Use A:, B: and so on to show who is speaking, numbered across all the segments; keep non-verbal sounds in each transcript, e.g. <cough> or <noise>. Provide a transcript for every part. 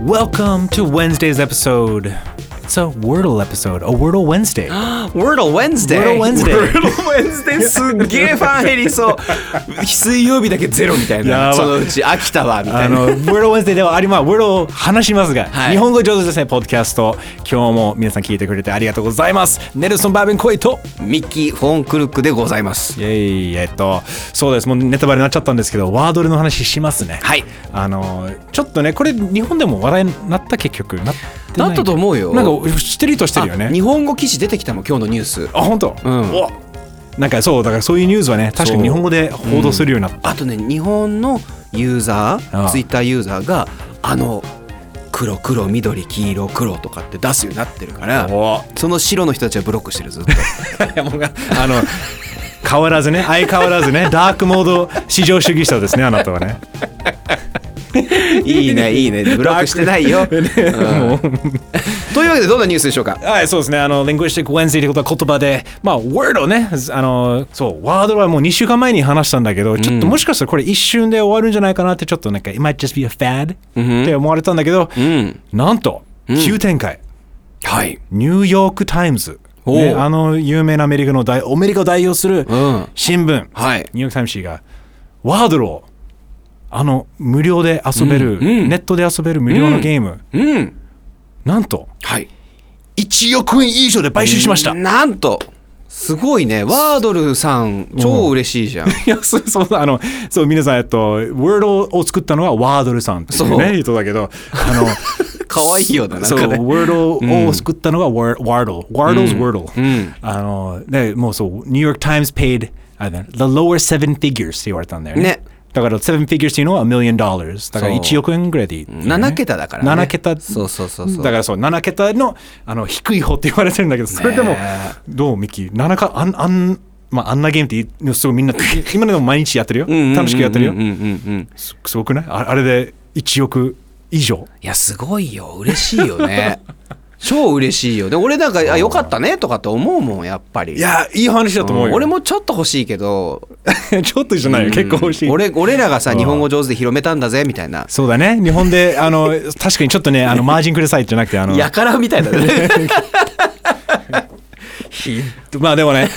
A: Welcome to Wednesday's episode. It's a Wordle episode, a Wordle
B: <gasps>
A: Wednesday.
B: Wordle Wednesday!
A: Wordle Wednesday
B: Wordle Wednesday すっげえファン減りそう <laughs> 水曜日だけゼロみたい
A: やば
B: なそのうち飽きたわみた
A: あ
B: いな
A: の、Wordle Wednesday ではありま、Wordle を話しますが、
B: はい
A: 日本語上手ですね、ポッドキャスト。今日も皆さん聞いてくれてありがとうございます。ネルソン・バーベン・コイと、
B: ミッキー・フォン・クルックでございます
A: イェイ、えっと、そうです、もうネタバレになっちゃったんですけど、ワードルの話しますね。
B: はい
A: あの、ちょっとね、これ日本でも話題になった結局。なってい
B: なったと思うよ
A: なんか、知ってる人してるよ
B: あ
A: ね
B: 日。本語記事出てきたもん今日のニュース
A: あ、本当。
B: うん
A: おなんかそうだからそういうニュースはね確かに日本語で報道するようになった
B: あとね日本のユーザ
A: ああ
B: ーツイッターユーザーがあの黒黒緑黄色黒とかって出すようになってるから
A: お
B: その白の人たちはブロックしてる <laughs> ずっと
A: あの変わらずね相変わらずねダークモード至上主義者ですねあなたはね
B: いいねいいねブロックしてない <laughs> よ、うんというわけでどんなニュースでしょうか
A: はいそうですねあの Linguistic Wednesday ってことは言葉でまあ Word をねあのそうワードはもう2週間前に話したんだけどちょっともしかしたらこれ一瞬で終わるんじゃないかなってちょっとなんか It might just be a fad って思われたんだけど
B: ん
A: なんと急展開
B: はい
A: ニューヨーク・タイムズ、
B: おう
A: ね、あの有名なアメリカの大アメリカを代表する
B: ん
A: 新聞、
B: はい
A: ニューヨーク・タイム誌がワードルをあの無料で遊べる、ネットで遊べる無料のゲーム、
B: うん
A: なんと
B: はい
A: 1億円以上で買収しま <laughs> した。
B: なんとすごいねワードルさん超嬉し
A: <laughs>
B: いじゃん
A: いやそうそうあのそう皆さん、えっと、Wordle を作ったのはワードルさんっていう、
B: そ
A: ね、人だけどあ
B: <laughs>
A: の
B: 可愛いよななん
A: そう
B: かね
A: Wordle を作ったのが Wor- Wardle Wardle's Wordle、
B: うん
A: あのねもうそう New York Times paid あれだ The lower seven figures って言われたんだよね
B: ね
A: だから7 figures っていうのは a million dollars だから
B: そう
A: 1億円ぐらいでいいっていうね、
B: 7桁だからね
A: 7桁
B: そうそうそうそう
A: だからそう7桁のあの低い方って言われてるんだけどそれでも、
B: ね
A: どうミキ7かあんあんまあ、あんなゲームっていいすごいみ
B: <laughs>
A: んな今でも毎日やってるよ楽しくやってるよ
B: うんうんうんうん
A: すすごくないああれで1億以上
B: いやすごいよ嬉しいよ
A: <laughs>
B: ね超嬉しいよで俺なんかあよかったねとかって思うもんやっぱり
A: いやいい話だと思うよ、
B: 俺もちょっと欲しいけど
A: <laughs> ちょっとじゃないよ、結構欲しい。
B: 俺俺らがさ
A: うん
B: 日本語上手で広めたんだぜみたいな
A: そうだね、日本で、あの、確かにちょっとね、あの、マージンくださいじゃなくて、あの、
B: <laughs> やからみたい
A: <laughs>
B: だね <laughs> ひ
A: まあでもね、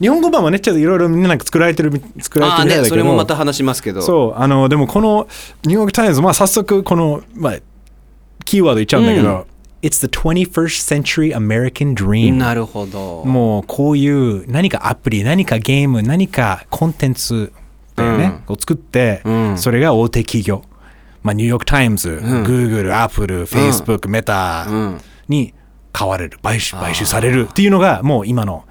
A: 日本語版はね、ちょっといろいろみんななんか作られてるみ、作られ
B: あ
A: てる
B: あ
A: みたいだ
B: ね
A: けど、
B: それもまた話しますけど
A: そう、あの、でもこの、ニューヨークタイムズ、まあ早速、この、まあ、キーワード言っちゃうんだけど、
B: う
A: It's the 21st century American dream.
B: なるほど
A: もうこういう何かアプリ何かゲーム何かコンテンツだよね、を作って、
B: ん
A: それが大手企業、まあ、ニューヨーク・タイムズ、グーグルアップルフェイスブックメタに買われる買収買収されるっていうのがもう今の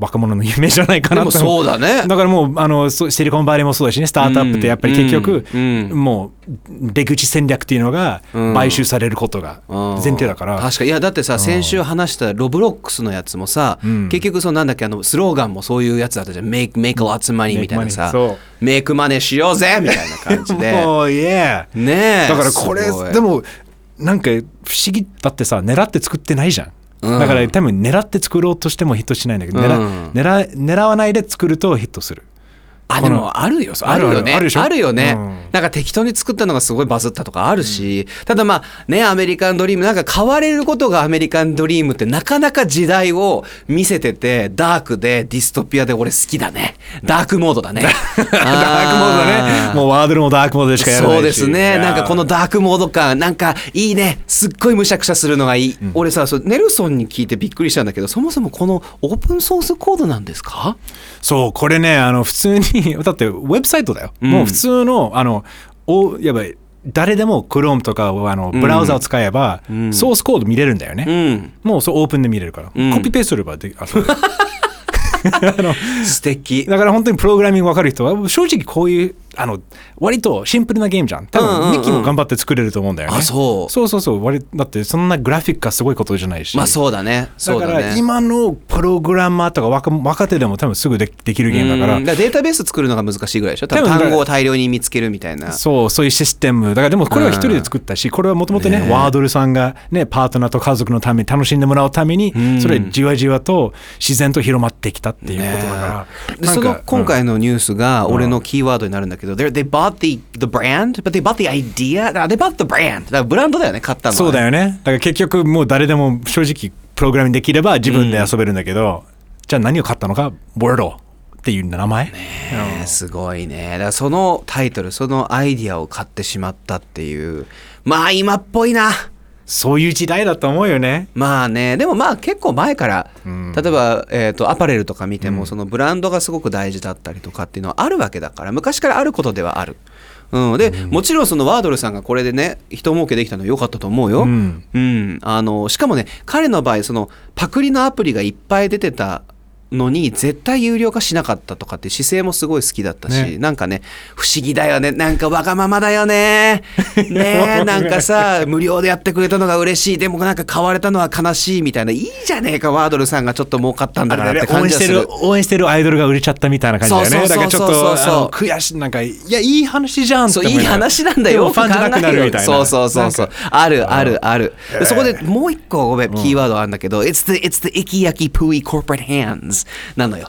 A: 若者の夢じゃないか
B: で
A: な
B: も
A: と
B: そうだね
A: だからもうあのそうシリコンバレーもそうだしねスタートアップってやっぱり結局、
B: うんう
A: もう出口戦略っていうのが買収されることが前提だから、
B: 確かいやだってさ先週話したロブロックスのやつもさ、結局そのなんだっけあのスローガンもそういうやつだったじゃん「Make, make lots of money」みたいな
A: Make money
B: さ
A: そう
B: 「メイクマネしようぜ」みたいな感じで
A: <laughs> もうイエー
B: ねえ
A: だからこれ
B: すごい
A: でもなんか不思議だってさ狙って作ってないじゃん、
B: うん
A: だから多分狙って作ろうとしてもヒットしないんだけど、狙狙狙わないで作るとヒットする
B: あ
A: こ
B: で
A: の
B: もあるよそう
A: あ
B: あ
A: る
B: る
A: ある
B: よね
A: あるでしょ
B: よね、
A: うん
B: なんか適当に作ったのがすごいバズったとかあるし、ただまあねアメリカンドリームなんか買われることがアメリカンドリームってなかなか時代を見せててダークでディストピアで俺好きだねダークモー
A: <laughs>
B: ドだねダークモード
A: ダークモードだねもうワードルもダークモードでしかやらないし
B: そうです
A: いや
B: ね
A: ー
B: なんかこのダークモード感なんかいいねすっごいむしゃくしゃするのがいい、俺さそうネルソンに聞いてびっくりしたんだけどそもそもこのオープンソースコードなんですか
A: そうこれねあの普通に <laughs> だってウェブサイトだよ、もう普通のあのおやばい誰でも Chrome とかあのブラウザを使えば、ソースコード見れるんだよね、
B: ん
A: もうそうオープンで見れるから、コピペすればであそう
B: 素敵
A: だから本当にプログラミング分かる人は正直こういうあの割とシンプルなゲームじゃん多
B: うんうんう
A: 分
B: ん
A: ミキも頑張って作れると思うんだよね、
B: あそう
A: そうそうそう割だってそんなグラフィックがすごいことじゃないし
B: まあそうだね
A: だ
B: そう
A: か
B: だ
A: ら
B: ね
A: 今のプログラマーとか若若手でも多分すぐできできるゲームだから
B: うんデータベース作るのが難しいぐらいでしょ多分
A: 多分
B: 単語を大量に見つけるみたいな
A: そうそういうシステムだからでもこれは一人で作ったし、これはもともとねワードルさんがねパートナーと家族のために楽しんでもらうために、それじわじわと自然と広まってきたっていうことだから、
B: で
A: なん
B: そ
A: か
B: の今、回のニュースが俺のキーワードになるんだけけど、they're- they bought the, the brand, but they bought the idea. あ they bought the brand. だからブランドだよね、買ったのはね。
A: そうだよね。だから結局もう誰でも正直プログラミングできれば自分で遊べるんだけど、じゃあ何を買ったのか、Wordle っていう名前。
B: ねすごいね。だからそのタイトル、そのアイディアを買ってしまったっていう。まあ今っぽいな。
A: そういう時代だと思うよね。
B: まあね、でもまあ結構前から、例えば、えー、とアパレルとか見ても、そのブランドがすごく大事だったりとかっていうのはあるわけだから昔からあることではある。うん、で、もちろんそのワードルさんがこれでね人儲けできたのは良かったと思うよ、
A: うん
B: うんあのしかもね彼の場合そのパクリのアプリがいっぱい出てたのに絶対有料化しなかったとかって姿勢もすごい好きだったし、
A: ね
B: なんかね不思議だよねなんかわがままだよね
A: <laughs>
B: ねえなんかさ無料でやってくれたのが嬉しいでもなんか買われたのは悲しいみたいないいじゃねえかワードルさんがちょっと儲かったんだからって
A: 応
B: 感
A: 援し
B: じが
A: て
B: す
A: る
B: る。
A: 応援してるアイドルが売れちゃったみたいな感じだよね。
B: そうそう
A: だからちょっと
B: そうそうそう
A: あの悔しいなんかいやいい話じゃんって
B: そう
A: 思
B: いい
A: ながら
B: 話なんだ
A: で
B: よ
A: もファンじゃなくなるみたいな。
B: そうそうそうそうあるあるある
A: うん
B: でそこでもう一個ごめんキーワードあるんだけど「It's the, it's the icky yacky pooey corporate hands」なのよ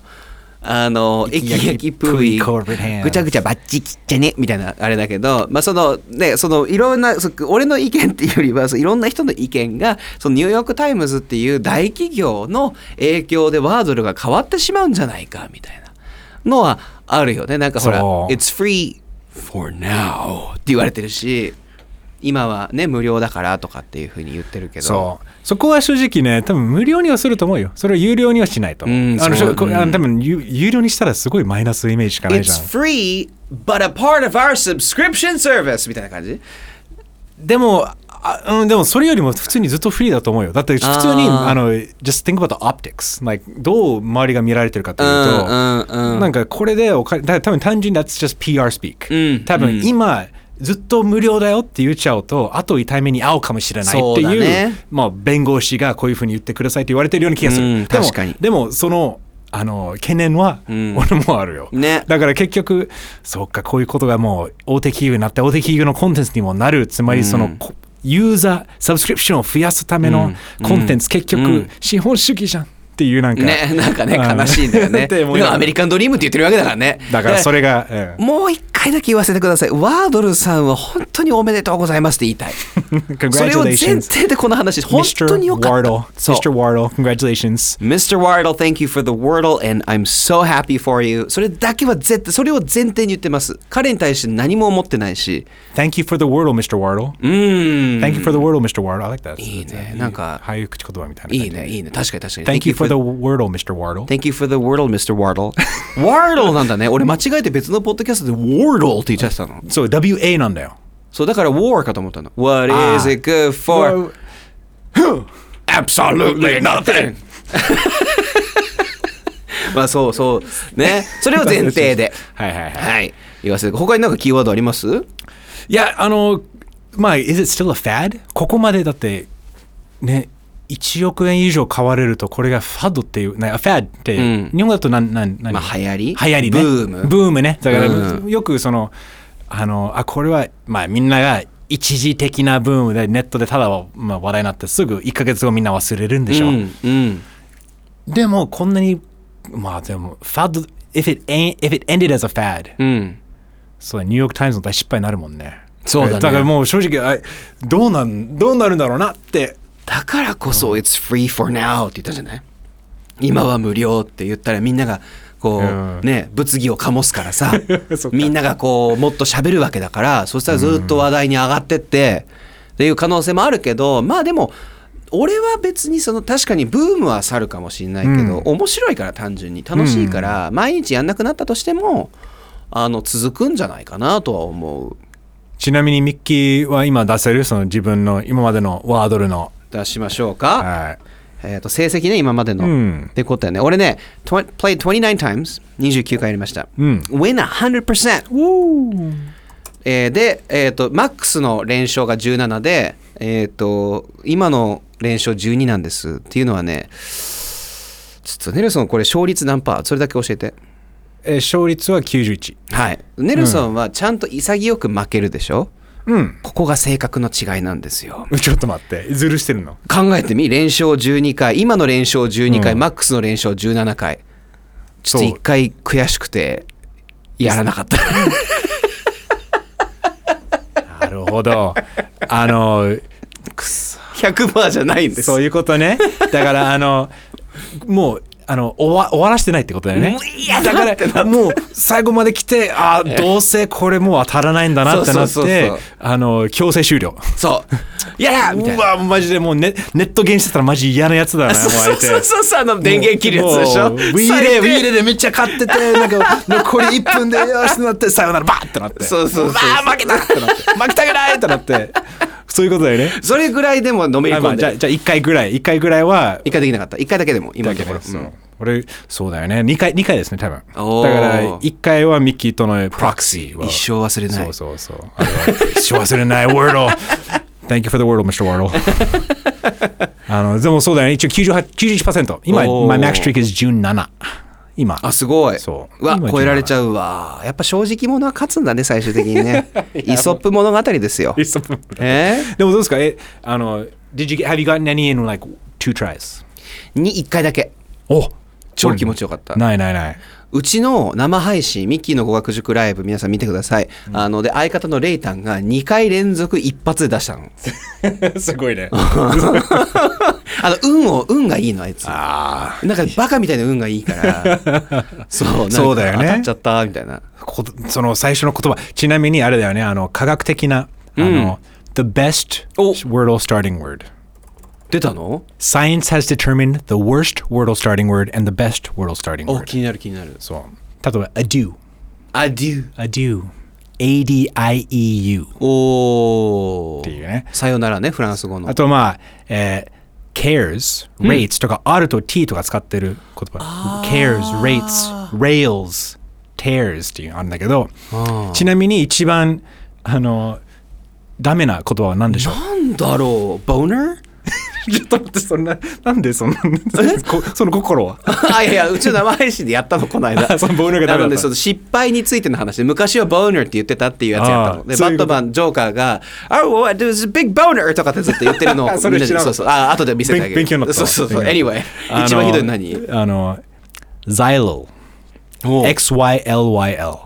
B: あの、イキ
A: Icky
B: ヤ
A: yacky
B: キプ
A: pooey corporate hands
B: イ、ぐちゃぐちゃバッチ切っちゃね、みたいな、あれだけど、まあ、その、ね、その、いろんな、そ俺の意見っていうよりは、そのいろんな人の意見が、そのニューヨークタイムズっていう大企業の影響でワードルが変わってしまうんじゃないか、みたいなのはあるよね。なんかほら、
A: そう
B: It's free for now って言われてるし今はね無料だからとかっていうふうに言ってるけど
A: そうそこは正直ね多分無料にはすると思うよそれを有料にはしないと思う、
B: うん
A: あの
B: そう
A: しょこあの多分有有料にしたらすごいマイナスイメージしかないじゃ
B: It's
A: ん
B: free but a part of our subscription service みたいな感じ
A: でもあ、うん、でもそれよりも普通にずっとフリーだと思うよだって普通に
B: あー
A: あの just think about the optics like どう周りが見られてるかというと、
B: うんうんうん
A: なんかこれでお金だから多分単純に that's just PR speak、
B: うん
A: 多分今、ずっと無料だよって言っちゃうと、あと痛い目に遭うかもしれないって
B: そうだ
A: いう、
B: ね
A: まあ、弁護士がこういうふうに言ってくださいって言われてるような気がする。
B: うん
A: でも
B: 確かに
A: でも、その、あの、懸念は、
B: ん
A: 俺もあるよ。
B: ね
A: だから結局、そっか、こういうことがもう大手企業になって、大手企業のコンテンツにもなる。つまり、その、こユーザー、サブスクリプションを増やすためのコンテンツ、結局、資本主義じゃんっていうなんか。
B: ねなんかね
A: あの
B: 悲しいんだよ
A: <laughs>
B: ね
A: で
B: で
A: も
B: もアメリカンドリームって言ってるわけだからね
A: だからそれ
B: <laughs>
A: が、
B: もう一回だけ言わせてくださいワードルさんは本当におめでとうございますって言いたいそれを
A: <laughs>
B: 前
A: Congratulations.
B: 提でこの話本当によ
A: Mr.
B: かった
A: Wardle.
B: そう
A: Mr. Wardle, congratulations.
B: Mr. Wardle, thank you for the Wordle and I'm so happy for you. それだけは絶対、それを前提に言ってます。彼に対して何も思ってないし。
A: Thank you for the Wordle, Mr. Wardle.
B: うーん。
A: Thank you for the Wordle, Mr. Wardle. I like that. uh,
B: いいね。なんか、
A: 俳優口言葉みたいな感じ。
B: いいね、いいね。確かに確かに。
A: Thank you for the Wordle, Mr. Wardle.
B: Thank you for the Wordle, Mr. Wardle. <laughs> Wardle なんだね。俺間違えて別のポッドキャストで Wardle って言っちゃってたの。
A: そう、WA なんだよ。
B: そう、だから War かと思ったの。What is it good for? Absolutely nothing! まあそうそう。ね。 <laughs> それを前提で。
A: はいはいはい。
B: はい。言わせて。他になんかキーワードあります
A: いや、あの、まあ、is it still a fad? ここまでだって、ね、1億円以上買われると、これがファドっていう、ね、ファドって、
B: ん
A: 日本語だと何、何、何
B: まあ流行り
A: 流行りね。
B: ブーム
A: ブームね。だから、
B: う
A: よくその、あの、あ、これは、まあみんなが一時的なブームで、ネットでただ、まあ、話題になって、すぐ1ヶ月後みんな忘れるんでしょ。
B: うん。うん。
A: でも、こんなに、まあでも、ファド、if it, ain't- if it ended as a fad,
B: うん。
A: そうだニューヨーク・タイムズの大失敗になるもんね
B: そうだね
A: だからもう正直あどうなんどうなるんだろうなって
B: だからこそ、It's free for now って言ったじゃない今は無料って言ったらみんなが、こ
A: うん
B: う、ね、物議を醸すからさ
A: <laughs> そっ、か
B: みんながこう、もっと喋るわけだから、そしたらずっと話題に上がってって、っていう可能性もあるけど、まあでも、俺は別にその確かにブームは去るかもしれないけど、
A: うん
B: 面白いから単純に楽しいから、毎日やんなくなったとしてもあの続くんじゃないかなとは思う
A: ちなみにミッキーは今出せるその自分の今までのワードルの
B: 出しましょうか、
A: はい
B: えー、と成績ね、今までの。
A: うん
B: ってことやね。俺ね、twen- played 29 times、29回やりました。
A: うん
B: win 100%! えーで、えーと、マックスの連勝が17で、えーと、今の連勝12なんです。っていうのはね、ちょっとネルソン、これ勝率何パーそれだけ教えて。
A: えー勝率は91
B: はい。ネルソンはちゃんと潔く負けるでしょ、
A: うん
B: ここが性格の違いなんですよ。
A: ちょっと待ってずるしてるの
B: 考えてみ連勝12回今の連勝12回、
A: うん
B: マックスの連勝17回ちょっ
A: そう
B: <laughs> と1回悔しくてやらなかった
A: るほど。あの、くそ
B: 100%じゃないんです
A: そういうことね。だから、あの、もう、あの終わ終わらしてないってことだよね
B: もういやだ
A: だ
B: ってな
A: から
B: って
A: もう最後まで来てあーどうせこれもう当たらないんだなってなっ
B: そうそうそう
A: て
B: そう
A: あの強制終了
B: <laughs> そう。いやみたいうな。
A: わマジでもうネネットゲームしてたらマジ嫌なやつだな
B: そう
A: 思わ
B: そ
A: れ
B: う
A: て
B: そうそうそう、あの電源切るやつでし
A: も
B: ょ。
A: うウィーレ
B: 最
A: ウ
B: 低
A: ィーレでめっちゃ買って
B: <laughs>
A: てなんか残り1分でよしってなってさよならバーってなって
B: そうそうそう
A: わー負けたってなって負けたくないってなってそういうことだよね
B: それぐらいでものめり
A: あま
B: 込
A: あ
B: ん
A: じゃ
B: で
A: あ。じゃあ1回ぐらい1回ぐらいは
B: 一回できなかった。一回だけでも、
A: だ
B: 今の
A: け
B: とこ
A: どそ
B: ろ。
A: ううん俺そうだよね2回二回ですね多分だか
B: おー
A: ら1回はミッキーとのプロクシーは
B: 一生忘れな
A: そ。
B: いう
A: そうそうあれは一生忘れない Wordle Thank you for the wordle, Mr. Wordle. <laughs> あのでもそうだよね、一応98 91%。今、
B: おー
A: My max streak is 17。今。
B: あ、すごい。
A: そう
B: うわ、
A: 今
B: 超えられ
A: 17
B: ちゃうわ。やっぱ正直者は勝つんだね、最終的に <laughs> ね。イソップ物語ですよ。え
A: でもどうですかえ、あの、Did you, get- have you gotten any in like two tries?
B: ーに一回だけ。
A: お
B: 超気持ちよかった。
A: ないない
B: <laughs>
A: ない。
B: うちの生配信、ミッキーの語学塾ライブ、皆さん見てください。あの、で、相方のレイタンが2回連続一発で
A: <laughs>
B: 出したの。
A: すごいね。
B: あの、運を、運がいいの、あいつ。なん
A: <laughs> ああ。
B: かバカみたいな運がいい
A: <laughs>
B: から。そう、なんか
A: そうだよね
B: 当たっちゃった、みたいな。
A: こその最初の言葉。ちなみにあれだよね、あの、科学的な、あの、The best
B: お
A: wordle starting word.
B: 出たの
A: Science has determined the worst wordle starting word and the best wordle starting
B: お、
A: word.
B: 気になる気になる。
A: そう。例えば、adieu。
B: アデュー。
A: adieu。a-d-i-e-u。っ
B: お
A: て
B: ー。
A: いうね。
B: さよならね、フランス語の
A: あ。とまあ、えー cares, rates とか R と T とか使ってる言葉。cares, rates, rails, tears っていうのあるんだけど、ちなみに一番、あの、ダメな言葉は何でしょう
B: なんだろう、ボーナー
A: <laughs> ちょっと待って、そんな、なんでそんな、こその心は
B: <laughs> あ、いやいや、うちの生配信でやったの、この間。
A: <laughs> あそのボーナーがダメだった
B: なので、その失敗についての話で、昔はボーナーって言ってたっていうやつやったの。
A: あー
B: で、
A: そうい
B: バッ
A: うこ
B: ト
A: と
B: マン、ジョーカーが、あ、oh, what is a big boner! とかってずっと言ってるのを、
A: <laughs> それ知らなか
B: そ
A: った
B: うそう、あ、後で見せてあげる。
A: 勉勉強になった
B: そう
A: わ
B: そうそう、
A: 勉強
B: anyway、一番ひどいの何
A: あの、xylo。xylyl。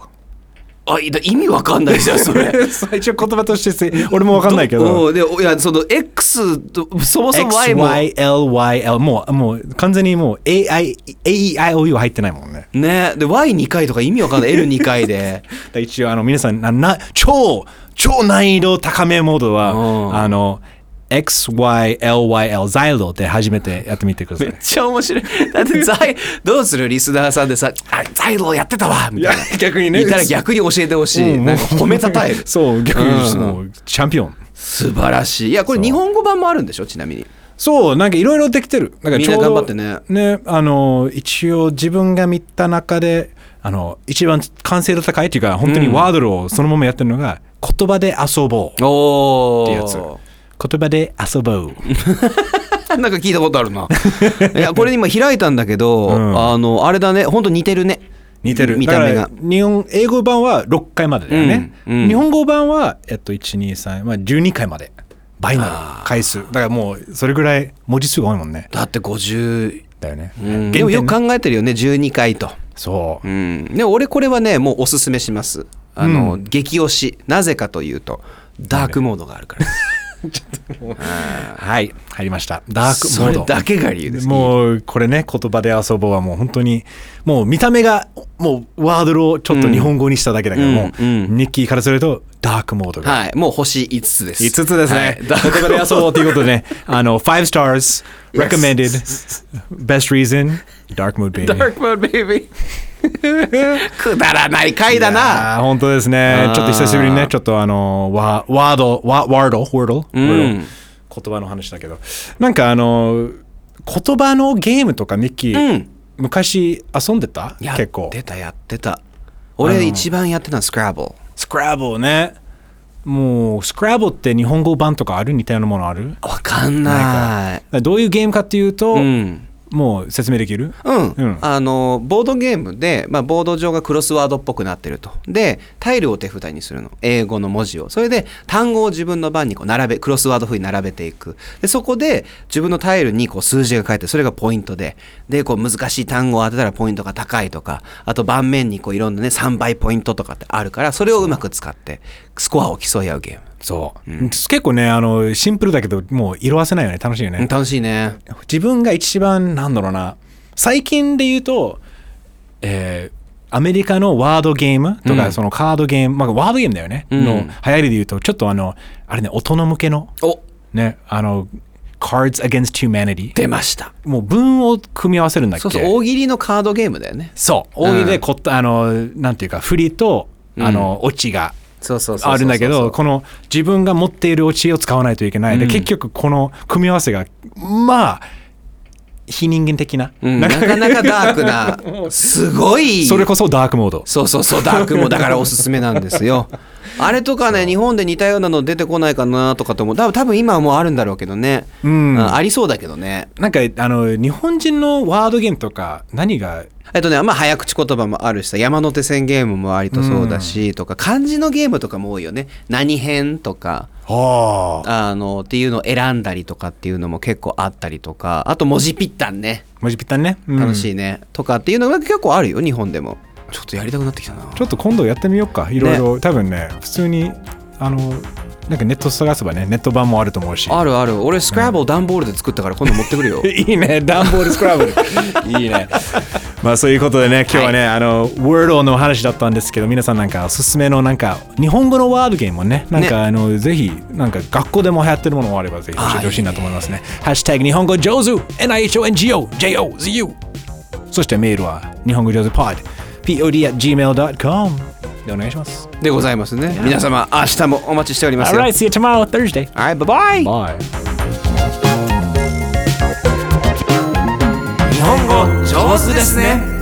B: あ、いだ意味わかんないじゃ
A: <laughs>
B: ん、それ。
A: 一応言葉としてせ、俺もわかんないけど。
B: おうで、おいや、その、X と、そもそも Y も。
A: XYLYL もうもう完全にもう AEIOU 入ってないもんね
B: ね。で、Y2 回とか意味わかんない。L2
A: <laughs>
B: 回で。
A: だから一応あの皆さんなな超超難易度高めモードは、
B: うん
A: あの XYLYL ザイロで初めてやってみてくださ
B: め
A: い
B: っちゃ面白い。だって、ザイ、どうするリスナーさんでさ、あ、ザイローやってたわみたいな。
A: いや逆にね
B: いたら逆に教えてほしい。なんか褒めたたえ <laughs> る。
A: そう逆に、
B: うん
A: もうチャンピオン
B: 素晴らしい。いや、これ日本語版もあるんでしょちなみに。
A: そうなんかいろいろできてるなんかちょうど
B: みんな頑張ってね
A: ねあの一応自分が見た中であの一番完成度高いっていうか本当にワードルをそのままやってるのが、言葉で遊ぼう
B: お
A: ってやつ言葉で遊ぼう
B: <laughs> なんか聞いたことあるな。いや、これ今開いたんだけど、
A: ん
B: あの、あれだね。ほんと似てるね。
A: 似てる
B: 見た目
A: だ
B: が
A: か。ら日本英語版は6回までだよね、
B: うんうん
A: 日本語版は、えっと、123、まあ、12回まで倍になる回数だからもうそれぐらい文字数が多いもんね
B: だって50、
A: だよね、
B: うん
A: 原点ね
B: でもよく考えてるよね。12回と。
A: そう、
B: うん、で俺これはねもうおすすめしますあの、
A: う
B: 激推しなぜかというとダークモードがあるから
A: はい入りましたダーク
B: そ
A: モー
B: れ
A: ド
B: だけが理由です
A: もうこれね言葉で遊ぼうはもう本当にもう見た目がもうワードルをちょっと日本語にしただけだけど、
B: うん
A: もう、
B: うん
A: ニッキーからするとダークモードが
B: はいもう星5つです
A: 5つですね。
B: はい
A: 言葉で遊ぼうということでね、あの、5 stars, recommended, best reason, dark mood baby.
B: ダークモードベイビ
A: <laughs>
B: ーくだらない回だな
A: あー本当です
B: あ
A: ね
B: ー。
A: ちょっと久しぶりにね、ちょっとあの、ワワード、ワワード、ワード、ワ
B: ん
A: ード、言葉の話だけど。なんかあの、言葉のゲームとかミッキー、
B: うん
A: 昔遊んでた
B: や
A: 結構
B: っ。てたやってた俺一番やってたのスクラブル
A: スクラブルね。もう、スクラブルって日本語版とかある似たようなものある
B: わかん
A: な
B: ない
A: どういうゲームかっていうと、
B: うん
A: もう説明できる
B: うん、
A: うん
B: あのボードゲームで、まあ、ボード上がクロスワードっぽくなってるとでタイルを手札にするの英語の文字をそれで単語を自分の番にこう並べクロスワード風に並べていくでそこで自分のタイルにこう数字が書いてそれがポイントででこう難しい単語を当てたらポイントが高いとかあと盤面にこういろんなね3倍ポイントとかってあるからそれをうまく使ってスコアを競い合うゲーム
A: そう、結構ねあのシンプルだけどもう色あせないよね楽しいよね、
B: うん楽しいね。
A: 自分が一番なんだろうな最近で言うと、えーアメリカのワードゲームとか、
B: うん
A: そのカードゲーム、まあ、ワードゲームだよね、
B: うん
A: の流行りで言うとちょっとあのあれね大人向けの
B: お
A: ねあの Cards Against Humanity
B: 出ました。
A: もう文を組み合わせるんだっけ
B: そうそう、大喜利のカードゲームだよね。
A: そう大喜利でこ、あのなんていうか振りとあの、オチが
B: そうそうそうそう。
A: あるんだけど、この自分が持っているお知恵を使わないといけない。で、
B: うん
A: 結局この組み合わせが、まあ、非人間的な。
B: うん、なかなかダーク
A: <laughs>
B: な、すごい。
A: それこそダークモード。
B: そうそうそう、ダークもだからおすすめなんですよ。
A: <laughs>
B: あれとかね、日本で似たようなの出てこないかなとかと思う。多分多分今はもうあるんだろうけどね。
A: うん
B: あありそうだけどね。
A: なんか、あの、日本人のワードゲームとか、何が、
B: えっとね、まあ早口言葉もあるしさ、山手線ゲームも割とそうだし、とか、漢字のゲームとかも多いよね。何編とか、
A: ああ。
B: あの、っていうのを選んだりとかっていうのも結構あったりとか、あと文字ぴったんね。
A: 文字ぴったりね。うん
B: 楽しいね。とかっていうのが結構あるよ、日本でも。ちょっとやりたくなってきたな。
A: ちょっと今度やってみようか。いろいろ、多分ね、普通に、あの、なんかネット探せばね、ネット版もあると思うし。
B: あるある。俺、スクラブを段ボールで作ったから今度持って
A: <laughs>
B: くるよ。
A: いいね、ダンボールスクラブル。いいね。まあそういうことでね、今日はね、あの、Wordle のお話だったんですけど、皆さんなんかおすすめのなんか、日本語のワードゲームをね、なんか、
B: ね
A: あの、ぜひ、なんか学校でも流行ってるものがあれば、ぜひ教えてほしいなと思いますね。ハッシュタグ日本語上手 !NIHONGO JOZU そしてメールは、日本語上手 pod pod at gmail.com でお願いします。
B: でございますね。皆様、明日もお待ちしておりますよ。
A: Alright, see you tomorrow, Thursday.
B: Alright, bye bye!
A: Bye.
B: 日本語上手ですね